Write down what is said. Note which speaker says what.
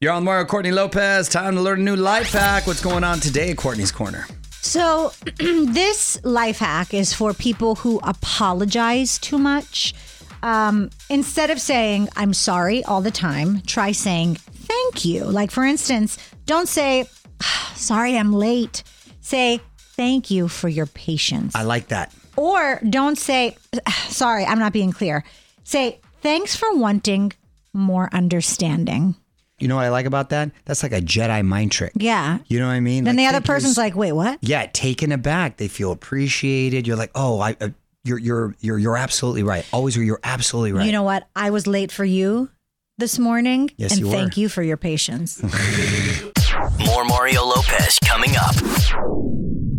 Speaker 1: You're on Mario Courtney Lopez. Time to learn a new life hack. What's going on today at Courtney's Corner?
Speaker 2: So, this life hack is for people who apologize too much. Um, instead of saying, I'm sorry all the time, try saying, thank you. Like, for instance, don't say, "Ah, sorry, I'm late. Say, thank you for your patience.
Speaker 1: I like that.
Speaker 2: Or don't say, "Ah, sorry, I'm not being clear. Say, thanks for wanting more understanding.
Speaker 1: You know what I like about that? That's like a Jedi mind trick.
Speaker 2: Yeah.
Speaker 1: You know what I mean?
Speaker 2: Then
Speaker 1: Like,
Speaker 2: the other
Speaker 1: think you're
Speaker 2: person's
Speaker 1: s-
Speaker 2: like, wait, what?
Speaker 1: yeah, taken aback. They feel appreciated. You're like, oh, I, uh, you're, you're, you're, you're absolutely right. Always, you're absolutely right.
Speaker 2: You know what? I was late for you this morning.
Speaker 1: Yes,
Speaker 2: and
Speaker 1: you were.
Speaker 2: thank you for your patience.
Speaker 3: More Mario Lopez coming up.